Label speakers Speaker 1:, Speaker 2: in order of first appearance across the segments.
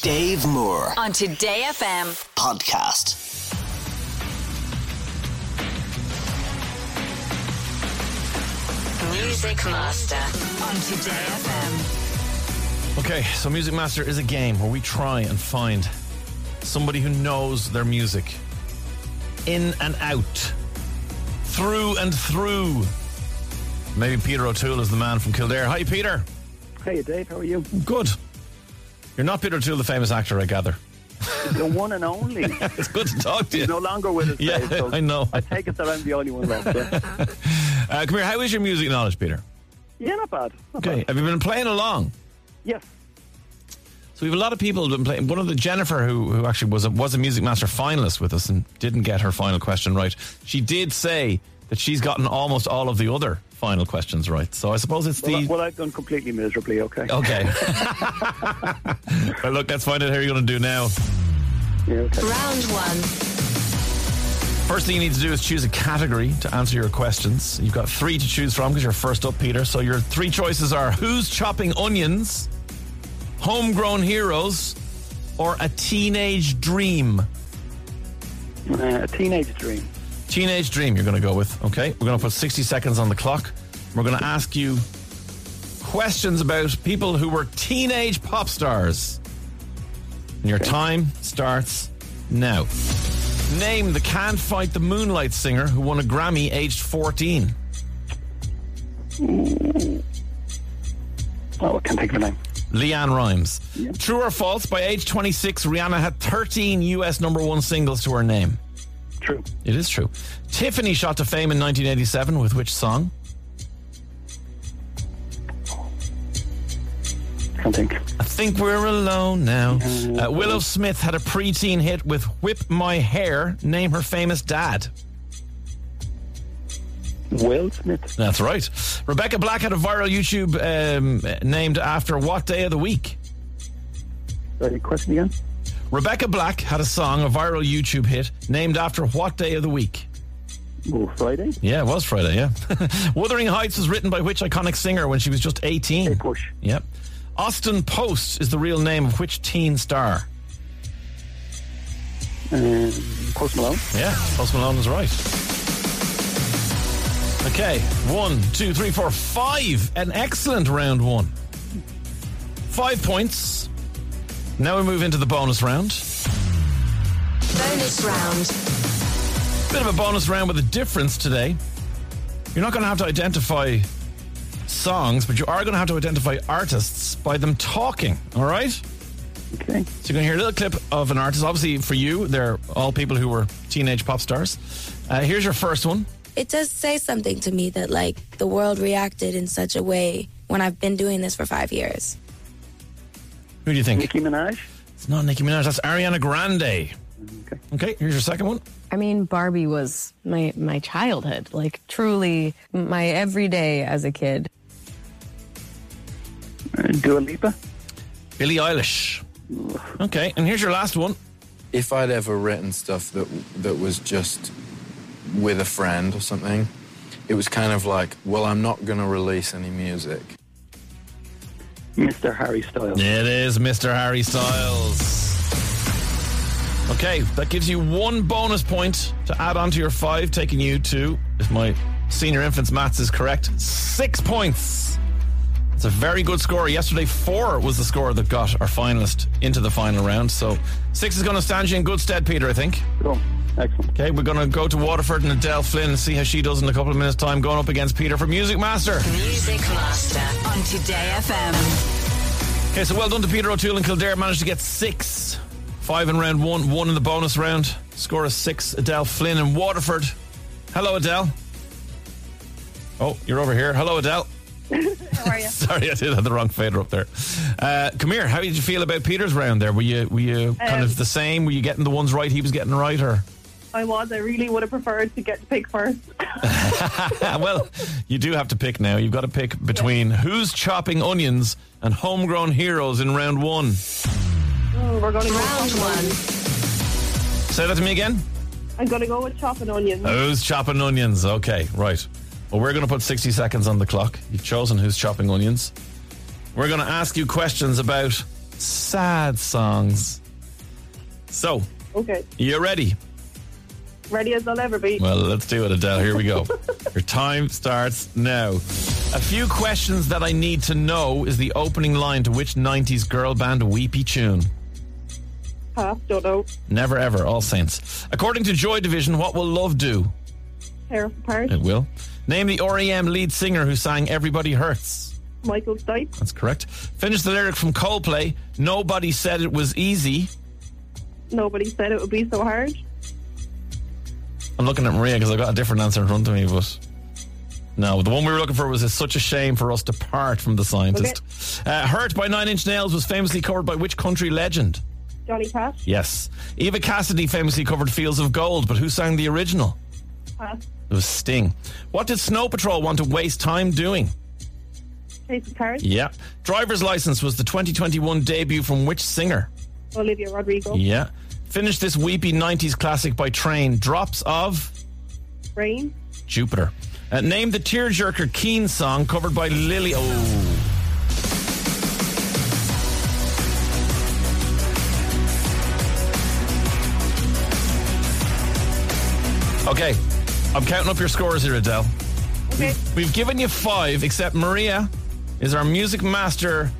Speaker 1: Dave Moore
Speaker 2: on Today FM.
Speaker 1: podcast.
Speaker 2: Music Master on Today FM.
Speaker 3: Okay, so Music Master is a game where we try and find somebody who knows their music in and out, through and through. Maybe Peter O'Toole is the man from Kildare. Hi, Peter.
Speaker 4: Hey Dave, how are you?
Speaker 3: Good. You're not Peter O'Toole, the famous actor, I gather.
Speaker 4: The one and only.
Speaker 3: It's good to talk to
Speaker 4: He's
Speaker 3: you.
Speaker 4: no longer with us.
Speaker 3: Yeah,
Speaker 4: Dave, so
Speaker 3: I know.
Speaker 4: I take it that I'm the only one left. yeah.
Speaker 3: Uh, come here. How is your music knowledge, Peter?
Speaker 4: Yeah, not bad. Not
Speaker 3: Okay.
Speaker 4: bad.
Speaker 3: Have you been playing along?
Speaker 4: Yes.
Speaker 3: So we have a lot of people who've been playing. One of the Jennifer, who who actually was a, was a Music Master finalist with us and didn't get her final question right. She did say that she's gotten almost all of the other final questions right. So I suppose it's
Speaker 4: Well,
Speaker 3: the
Speaker 4: well, I've done completely miserably. Okay.
Speaker 3: okay. well, look, let's find out how you're going to do now.
Speaker 4: Yeah, okay.
Speaker 2: Round one.
Speaker 3: First thing you need to do is choose a category to answer your questions. You've got three to choose from because you're first up, Peter. So your three choices are who's chopping onions, homegrown heroes, or a teenage dream.
Speaker 4: Uh, a teenage dream.
Speaker 3: Teenage Dream, you're going to go with. Okay, we're going to put 60 seconds on the clock. We're going to ask you questions about people who were teenage pop stars. And your time starts now. Name the Can't Fight the Moonlight singer who won a Grammy aged 14.
Speaker 4: Oh, I can't think of a name.
Speaker 3: Leanne Rhymes. True or false, by age 26, Rihanna had 13 US number one singles to her name.
Speaker 4: True.
Speaker 3: It is true. Tiffany shot to fame in 1987 with which song?
Speaker 4: Can't think.
Speaker 3: I think we're alone now. Uh, Willow Smith had a preteen hit with Whip My Hair. Name her famous dad.
Speaker 4: Will Smith.
Speaker 3: That's right. Rebecca Black had a viral YouTube um, named after what day of the week?
Speaker 4: Sorry, question again.
Speaker 3: Rebecca Black had a song, a viral YouTube hit, named after what day of the week?
Speaker 4: Oh, Friday.
Speaker 3: Yeah, it was Friday, yeah. Wuthering Heights was written by which iconic singer when she was just 18?
Speaker 4: Hey, push.
Speaker 3: Yep. Austin Post is the real name of which teen star?
Speaker 4: Um, Post Malone.
Speaker 3: Yeah, Post Malone was right. Okay, one, two, three, four, five. An excellent round one. Five points. Now we move into the bonus round.
Speaker 2: Bonus round.
Speaker 3: Bit of a bonus round with a difference today. You're not going to have to identify songs, but you are going to have to identify artists by them talking, all right?
Speaker 4: Okay.
Speaker 3: So you're going to hear a little clip of an artist. Obviously, for you, they're all people who were teenage pop stars. Uh, here's your first one.
Speaker 5: it does say something to me that like the world reacted in such a way when I've been doing this for five years.
Speaker 3: Who do you think?
Speaker 4: Nicki Minaj.
Speaker 3: It's not Nicki Minaj. That's Ariana Grande.
Speaker 4: Okay.
Speaker 3: Okay, here's your second one.
Speaker 6: I mean, Barbie was my my childhood, like truly my everyday as a kid.
Speaker 4: Uh, Dua Lipa.
Speaker 3: Billie Eilish. Okay, and here's your last one.
Speaker 7: if I'd ever written stuff that that was just with a friend or something, it was kind of like, well, I'm not going to release any music.
Speaker 4: Mr. Harry Styles.
Speaker 3: It is Mr. Harry Styles. Okay, that gives you one bonus point to add on to your five, taking you to, if my senior infants maths is correct, six points. It's a very good score. Yesterday, four was the score that got our finalist into the final round. So six is going to stand you in good stead, Peter, I think.
Speaker 4: Cool. Excellent.
Speaker 3: Okay, we're going to go to Waterford and Adele Flynn and see how she does in a couple of minutes' time, going up against Peter for Music Master.
Speaker 2: Music Master on Today FM.
Speaker 3: Okay, so well done to Peter O'Toole and Kildare. Managed to get six. Five in round one, one in the bonus round. Score is six. Adele Flynn and Waterford. Hello, Adele. Oh, you're over here. Hello, Adele.
Speaker 5: How are you?
Speaker 3: Sorry, I did have the wrong fader up there. Uh, come here. How did you feel about Peter's round there? Were you were you kind
Speaker 8: Um,
Speaker 3: of the same? Were you getting the ones right he was getting right? Or
Speaker 8: I was. I really would have preferred to get to pick first.
Speaker 3: well, you do have to pick now. You've got to pick between who's chopping onions and homegrown heroes in round one.
Speaker 8: Mm, we're going to go.
Speaker 2: Round one.
Speaker 3: Say that to me again.
Speaker 8: I'm going to go with chopping onions.
Speaker 3: Who's chopping onions? Okay, right. Well, we're going to put 60 seconds on the clock. You've chosen who's chopping onions. We're going to ask you questions about sad songs. So,
Speaker 8: Okay.
Speaker 3: you ready?
Speaker 8: Ready as I'll ever be.
Speaker 3: Well, let's do it, Adele. Here we go. Your time starts now. A few questions that I need to know is the opening line to which 90s girl band weepy tune?
Speaker 8: Half, don't know.
Speaker 3: Never ever, all saints. According to Joy Division, what will love do?
Speaker 8: Hair apart.
Speaker 3: It will. Name the REM lead singer who sang Everybody Hurts.
Speaker 8: Michael Stipe.
Speaker 3: That's correct. Finish the lyric from Coldplay. Nobody said it was easy.
Speaker 8: Nobody said it would be so hard.
Speaker 3: I'm looking at Maria because I've got a different answer in front of me, but no, the one we were looking for was "It's such a shame for us to part from the scientist." Uh, Hurt by Nine Inch Nails was famously covered by which country legend?
Speaker 8: Johnny Cash.
Speaker 3: Yes. Eva Cassidy famously covered Fields of Gold, but who sang the original?
Speaker 8: Pass.
Speaker 3: It was Sting. What did Snow Patrol want to waste time doing?
Speaker 8: Chasing Cars.
Speaker 3: Yeah. Driver's License was the 2021 debut from which singer?
Speaker 8: Olivia Rodrigo.
Speaker 3: Yeah. Finish this weepy 90s classic by train. Drops of
Speaker 8: Rain.
Speaker 3: Jupiter. Uh, name the Tearjerker Keen song covered by Lily. Oh. Okay. I'm counting up your scores here, Adele.
Speaker 8: Okay.
Speaker 3: We've given you five, except Maria is our music master.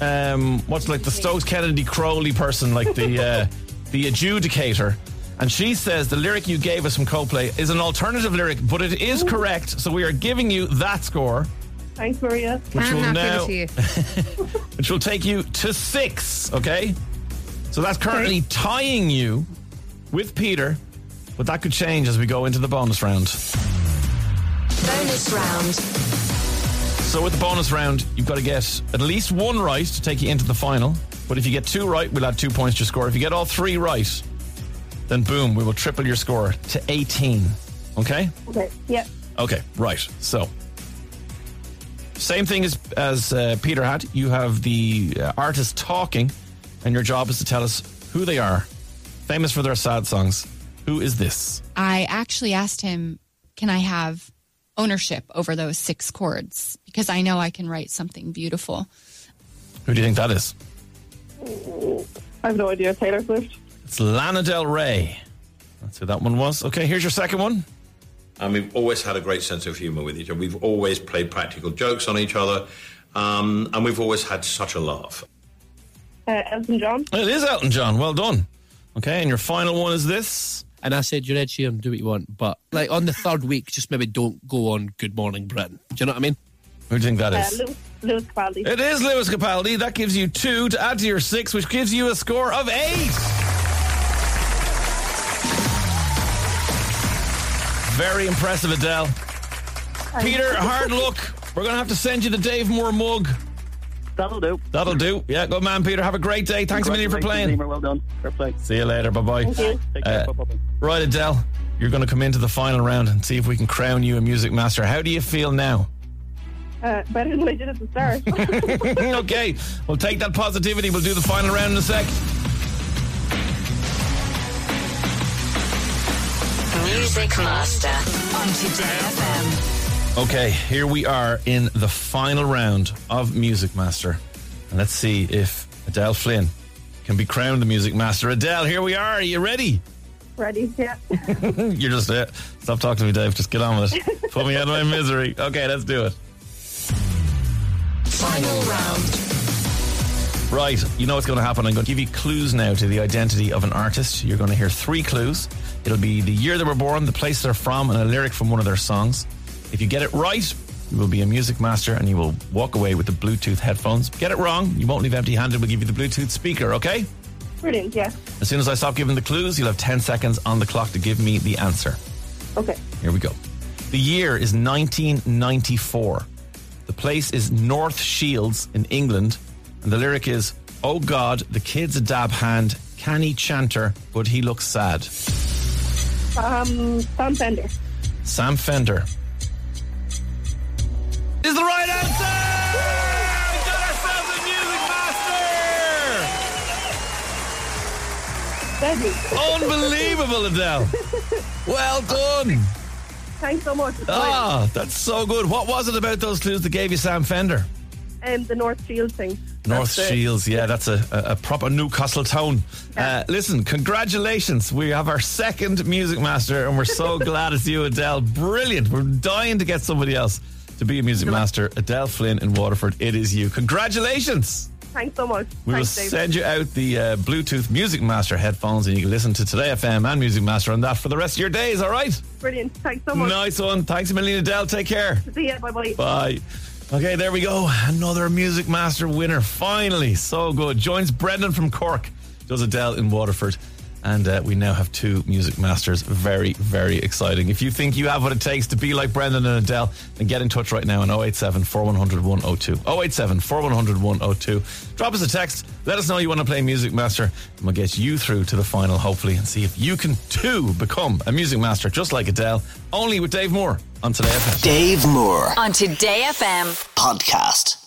Speaker 3: Um, what's like the Stokes Kennedy Crowley person, like the uh, the adjudicator, and she says the lyric you gave us from Coldplay is an alternative lyric, but it is correct. So we are giving you that score,
Speaker 8: Thanks, Maria.
Speaker 3: which
Speaker 6: I'm
Speaker 3: will
Speaker 6: not
Speaker 3: now,
Speaker 6: privy to you.
Speaker 3: which will take you to six. Okay, so that's currently tying you with Peter, but that could change as we go into the bonus round.
Speaker 2: Bonus round.
Speaker 3: So with the bonus round, you've got to get at least one right to take you into the final. But if you get two right, we'll add two points to your score. If you get all three right, then boom, we will triple your score to 18. Okay?
Speaker 8: Okay. Yeah.
Speaker 3: Okay, right. So same thing as as uh, Peter had. You have the uh, artist talking and your job is to tell us who they are. Famous for their sad songs. Who is this?
Speaker 1: I actually asked him, can I have ownership over those six chords? Because I know I can write something beautiful.
Speaker 3: Who do you think that is?
Speaker 8: I have no idea. Taylor Swift.
Speaker 3: It's Lana Del Rey. That's who that one was. Okay, here's your second one.
Speaker 9: And we've always had a great sense of humour with each other. We've always played practical jokes on each other. Um, and we've always had such a laugh.
Speaker 8: Uh, Elton John.
Speaker 3: It is Elton John. Well done. Okay, and your final one is this.
Speaker 10: And I said, you're Ed Sheeran, do what you want. But like on the third week, just maybe don't go on Good Morning Britain. Do you know what I mean?
Speaker 3: Who do you think that
Speaker 8: Uh,
Speaker 3: is?
Speaker 8: Lewis, Lewis Capaldi.
Speaker 3: It is Lewis Capaldi. That gives you two to add to your six, which gives you a score of eight. Very impressive, Adele. Peter, hard luck. We're going to have to send you the Dave Moore mug.
Speaker 4: That'll do.
Speaker 3: That'll do. Yeah, good man, Peter. Have a great day. Thanks a million for playing.
Speaker 4: Congratulations, Emer. Well done. Fair play.
Speaker 3: See you later. Bye bye.
Speaker 8: Thank you.
Speaker 4: Take care.
Speaker 3: Uh,
Speaker 4: Bye-bye.
Speaker 3: Right, Adele, you're going to come into the final round and see if we can crown you a music master. How do you feel now?
Speaker 8: Uh, better than I did at the start.
Speaker 3: okay, we'll take that positivity. We'll do the final round in a sec.
Speaker 2: Music Master on Today FM.
Speaker 3: Okay, here we are in the final round of Music Master. And let's see if Adele Flynn can be crowned the Music Master. Adele, here we are. Are you ready?
Speaker 8: Ready? Yeah.
Speaker 3: You're just uh, Stop talking to me, Dave. Just get on with it. Put me out of my misery. Okay, let's do it.
Speaker 2: Final round.
Speaker 3: Right, you know what's going to happen. I'm going to give you clues now to the identity of an artist. You're going to hear three clues. It'll be the year they were born, the place they're from, and a lyric from one of their songs. If you get it right, you will be a music master and you will walk away with the Bluetooth headphones. Get it wrong, you won't leave empty handed. We'll give you the Bluetooth speaker, okay?
Speaker 8: Brilliant. Yeah.
Speaker 3: As soon as I stop giving the clues, you'll have 10 seconds on the clock to give me the answer.
Speaker 8: Okay.
Speaker 3: Here we go. The year is 1994. The place is North Shields in England. And the lyric is, Oh God, the kid's a dab hand. Can he chanter? But he looks sad.
Speaker 8: Um, Sam Fender.
Speaker 3: Sam Fender. Is the right answer! We got ourselves a music master!
Speaker 8: Deadly.
Speaker 3: Unbelievable, Adele. Well done.
Speaker 8: Thanks so much.
Speaker 3: Ah, that's so good. What was it about those clues that gave you Sam Fender?
Speaker 8: Um, the North Shield thing.
Speaker 3: North
Speaker 8: That's it.
Speaker 3: Shields, yeah, that's a, a, a proper Newcastle town. Uh, listen, congratulations. We have our second Music Master, and we're so glad it's you, Adele. Brilliant. We're dying to get somebody else to be a Music Master. Adele Flynn in Waterford, it is you. Congratulations.
Speaker 8: Thanks so much.
Speaker 3: We will
Speaker 8: Thanks, David.
Speaker 3: send you out the uh, Bluetooth Music Master headphones, and you can listen to Today FM and Music Master on that for the rest of your days, all right?
Speaker 8: Brilliant. Thanks so much.
Speaker 3: Nice one. Thanks a million, Adele. Take care.
Speaker 8: See ya. Bye bye.
Speaker 3: Bye. Okay, there we go. Another Music Master winner. Finally. So good. Joins Brendan from Cork, does Adele in Waterford. And uh, we now have two Music Masters. Very, very exciting. If you think you have what it takes to be like Brendan and Adele, then get in touch right now on 087 4100 102. 087 4100 102. Drop us a text. Let us know you want to play Music Master. And we'll get you through to the final, hopefully, and see if you can too become a Music Master just like Adele, only with Dave Moore on Today FM.
Speaker 2: Dave Moore. On Today FM.
Speaker 3: Podcast.